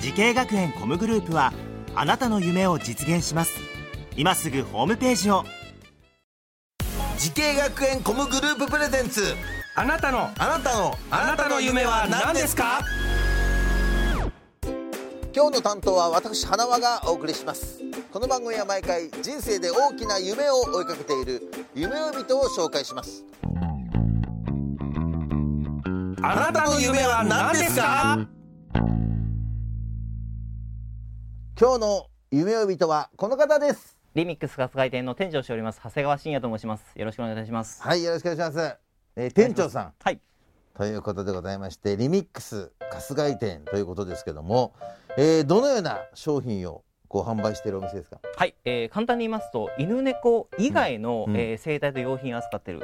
時系学園コムグループはあなたの夢を実現します今すぐホームページを時系学園コムグループプレゼンツあなたのあなたのあなたの夢は何ですか今日の担当は私花輪がお送りしますこの番組は毎回人生で大きな夢を追いかけている夢を人を紹介しますあなたの夢は何ですか今日の夢を人はこの方ですリミックス春日井店の店長をしております長谷川信也と申しますよろしくお願いいたしますはいよろしくお願いします、えー店長さんはいということでございましてリミックス春日井店ということですけども、えーどのような商品をご販売しているお店ですかはい、えー、簡単に言いますと犬猫以外の、うんうんえー生態と用品を扱っている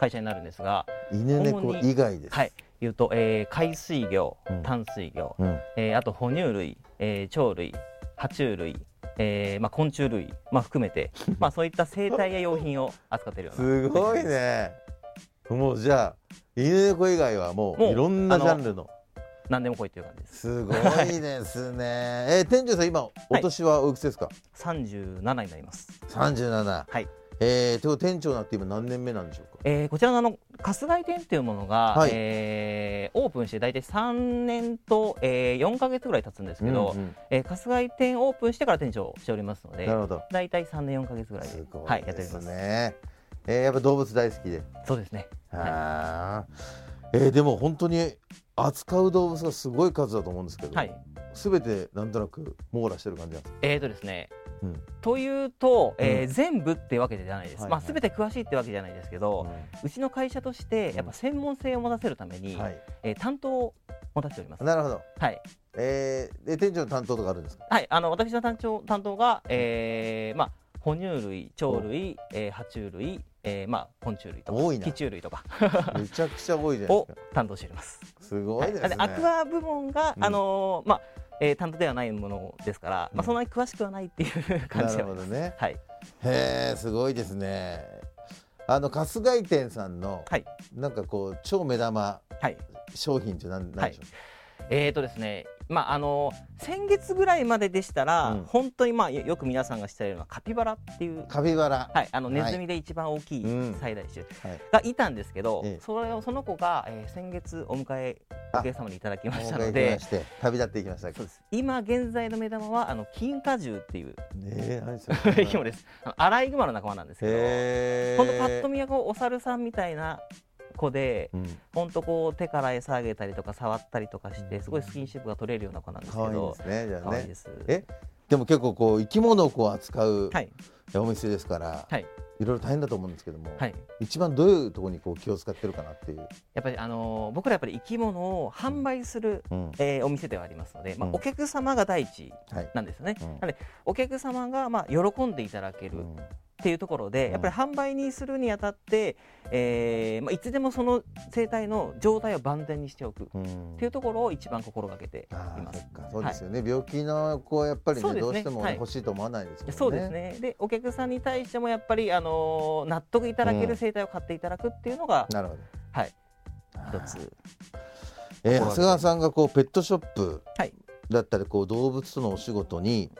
会社になるんですが犬猫以外ですはい言うと、えー、海水魚うん淡水魚、うんえーあと哺乳類、えー、鳥類爬虫類えーまあ、昆虫類、まあ、含め て、まあ、そういった生態や用品を扱っているようなすごいね もうじゃあ犬猫以外はもうもういろんなジャンルの何でも来いという感じですすごいですね、えー店長さん今お年はおいくつですか、 37になります、 37はいえー、ということで店長になって今何年目なんでしょうかえーこちらのあの春日井店というものが、はいえーオープンして大体3年と、えー4か月ぐらい経つんですけど、うんうんえー春日井店オープンしてから店長をしておりますのでなるほど大体3年4か月ぐらいですごはいい、やっでておりすますね、えーやっぱ動物大好きで、そうですねあーえーでも本当に扱う動物がすごい数だと思うんですけど、はいすべてなんとなく網羅してる感じなんですかえーとですね、うんというと、えーうん全部ってわけじゃないです、はいまあ、全て詳しいってわけじゃないですけど、うちの会社としてやっぱ専門性を持たせるために、はい、えー担当を持たせておりますなるほど、はいえー、で店長の担当とかあるん ですかはい、あの私の担当担当が、えーまあ、哺乳類、鳥類、えー、爬虫類、えーまあ、昆虫類とか、多いな寄虫類とかめちゃくちゃ多いじゃないをですか担当しております。すごいですね、はいなんでアクア部門が、うんあのーまあえー担当ではないものですから、うんまあ、そんなに詳しくはないっていう感じでなはるほどあります。ねはい、へえすごいですねあの春日井店さんの、はいなんかこう超目玉はい商品って何何でしょえーとですねまああのー先月ぐらいまででしたら、うん本当に、まあ、よよく皆さんが知っているのはカピバラっていう、うカピバラ、はい、あのはいネズミで一番大きいうん最大種はいがいたんですけど、ええそれをその子が、えー先月お迎えあお客様にいただきましたお迎のえいただきでまして旅立っていきましたねそうです今現在の目玉はあの金華獣っていうえ何それ 生き物ですあのアライグマの仲間なんですけへえど本当パッと見はこうお猿さんみたいな子でうん本当こう手から餌あげたりとか触ったりとかしてすごいスキンシップが取れるような子なんですけ可愛いでどすねじゃあ可愛いねですえでも結構こう生き物をこう扱うはいお店ですから、はいろいろ大変だと思うんですけども、はい一番どういうところにこう気を使ってるかなっていう、やっぱりあのー僕らやっぱり生き物を販売する、うんえーお店ではありますので、まあうんお客様が第一はい、なんですよね、うんなのでお客様がまあ喜んでいただけうるっんていうところで、うんやっぱり販売にするにあたって、えーまあ、いつでもその生態の状態を万全にしておくっうんていうところを一番心がけていああまそすっ。かそうですよね、病気の子はやっぱりそねうでどうしすねてもね、はい欲しいと思わないですもんねそうですねでお客さんに対してもやっぱり、あのー納得いただけうんる生態を買っていただくっていうのが、なるほどはい一ああつえー長谷川さんがこうペットショップはいだったりこう動物とのお仕事に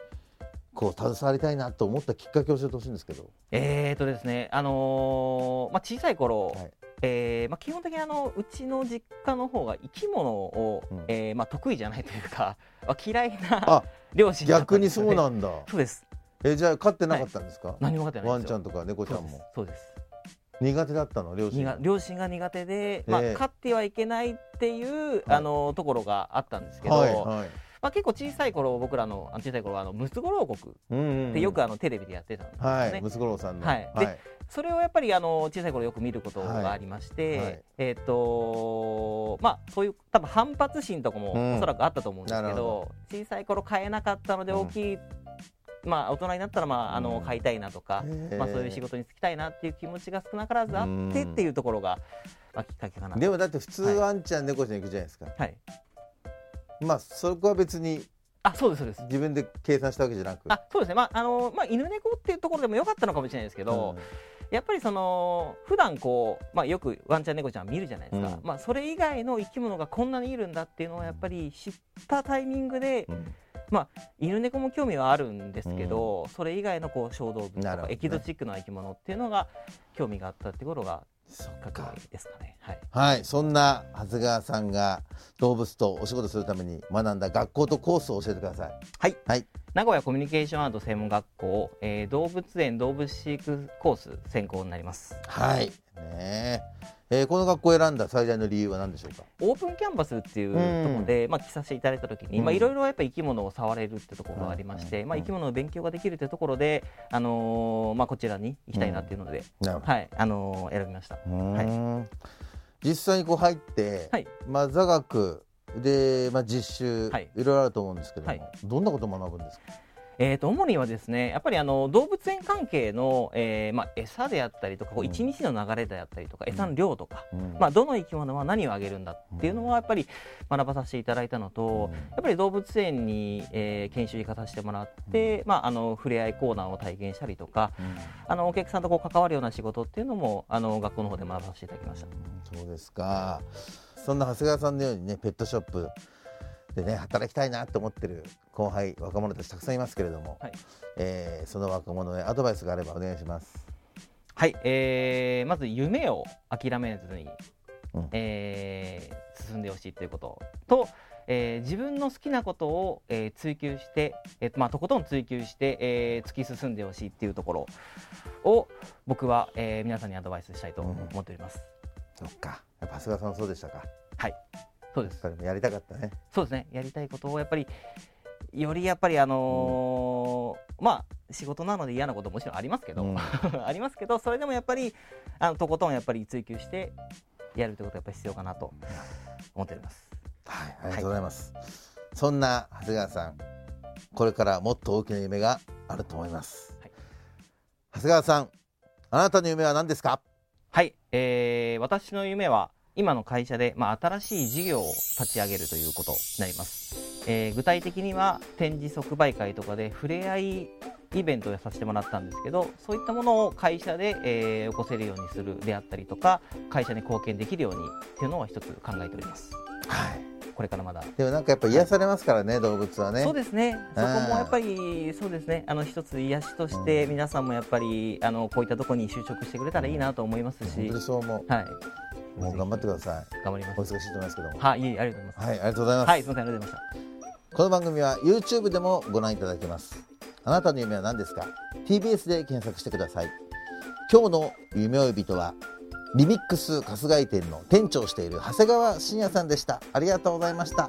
こう携わりたいなと思ったきっかけを教えてほしいんですけど、えーとですね、あのーまあ、小さい頃、はいえーまあ、基本的にあのうちの実家の方が生き物を、うんえーまあ、得意じゃないとい うか、まあ、嫌いあな両親だった逆んでにすそようねなんだそうですえーじゃあ飼ってなかったんですか、何も分かってないワんンでちすゃよんとか猫ちゃんもそうです苦手だったの両に親が両親が苦手で、まあええ飼ってはいけないっていう、はいあのところがあったんですけど、はいはいままあ、結構小さい頃僕らのあの小さい頃はあのムツゴロウ国うんうんってよくあのテレビでやってたんですよね、はい、ムツゴロウさんの。はいでそれをやっぱりあの小さい頃よく見ることがありまして、はいはいえっ、とまあそういう多分反発心とかうんもおそらくあったと思うんですなけるほど,、小さい頃買えなかったので大きい、まあ大人になったらまああうのん買いたいなとか、へーまあそういう仕事に就きたいなっていう気持ちが少なからずあってっていうところが、まあ、きっかけかな。でもだって普通はいワンちゃん猫ちゃん行くじゃないですか。はい。まあそこは別にあそうですそうです。自分で計算したわけじゃなく。あそうですね、まああのまあ、犬猫っていうところでもよかったのかもしれないですけど、やっぱりその普段こう、まあ、よくワンちゃん猫ちゃん見るじゃないですか、うんまあ、それ以外の生き物がこんなにいるんだっていうのをやっぱり知ったタイミングで、うん犬猫も興味はあるんですけど、それ以外のこう小動物となるほか、どねエキゾチックな生き物っていうのが興味があったってことがそっ確か。認ですかね。はいはい、そんな長谷川さんが動物とお仕事するために学んだ学校とコースを教えてください。はい、はい名古屋コミュニケーションアート専門学校、えー動物園動物飼育コース専攻になります。はい。ねええーこの学校を選んだ最大の理由は何でしょうか。オープンキャンバスっていうところで、まあ、着させていただいた時に、うんまあ、いろいろやっぱり生き物を触れるってところがありまして、うんまあ、生き物の勉強ができるってところで、あのーまあ、こちらに行きたいなっていうので、なるはいあのー選びました。ほど。はいうーん実際にこう入って、はいまあ座学でまあ実習、はいい、ろいろあると思うんですけども、はいどんなことを学ぶんですか。えー、と主にはですねやっぱりあの動物園関係の、えーまあ、餌であったりとかこううん一日の流れであったりとか、餌の量とか、うんまあ、どの生き物は何をあげるんだっていうのはやっぱり学ばさせていただいたのと、やっぱり動物園に、えー研修行かさせてもらって、まあ、あの触れ合いコーナーを体験したりとか、うんあのお客さんとこう関わるような仕事っていうのもあの学校の方で学ばせていただきました。そうですか。そんな長谷川さんのようにね、ペットショップでね、働きたいなと思ってる後輩、若者たちたくさんいますけれども、はいえーその若者へアドバイスがあればお願いします。はい、えーまず夢を諦めずに、うんえー進んでほしいということと、えー自分の好きなことを、えー追求して、えーまあ、とことん追求して、えー突き進んでほしいっていうところを僕は、えー皆さんにアドバイスしたいと思っております。そっか。やっぱ長谷川さんもそうでしたか。そうですそれもやりたかったね。そうですねやりたいことをやっぱりよりやっぱりあのーまあ仕事なので嫌なことももちろんありますけど、うん ありますけどそれでもやっぱりあのとことんやっぱり追求してやるということがやっぱり必要かなと思っております。はい、ありがとうございます。そんな長谷川さん、これからもっと大きな夢があると思います。はい長谷川さん、あなたの夢は何ですか。はい、えー私の夢は今の会社で、まあ、新しい事業を立ち上げるということになります、えー具体的には展示即売会とかで触れ合いイベントをさせてもらったんですけどそういったものを会社で、えー起こせるようにするであったりとか会社に貢献できるようにっていうのは一つ考えておりますはい。これからまだ、でもなんかやっぱ癒されますからね、動物はね。そうですねそこもやっぱりそうですねあの一つ癒しとしてうん皆さんもやっぱりあのこういったところに就職してくれたらいいなと思います本し当に、そう思う。はい、もう頑張ってください。頑張りまおす忙しいと思いますけども。はい、はい、いえいえありがとうございます。ありがとうございます。はい、すみません、ありがとうございました。この番組は YouTube でもご覧いただけます。あなたの夢は何ですか ?TBS で検索してください。今日の夢追い人は、リミックス春日井店の店長をしている長谷川信也さんでした。ありがとうございました。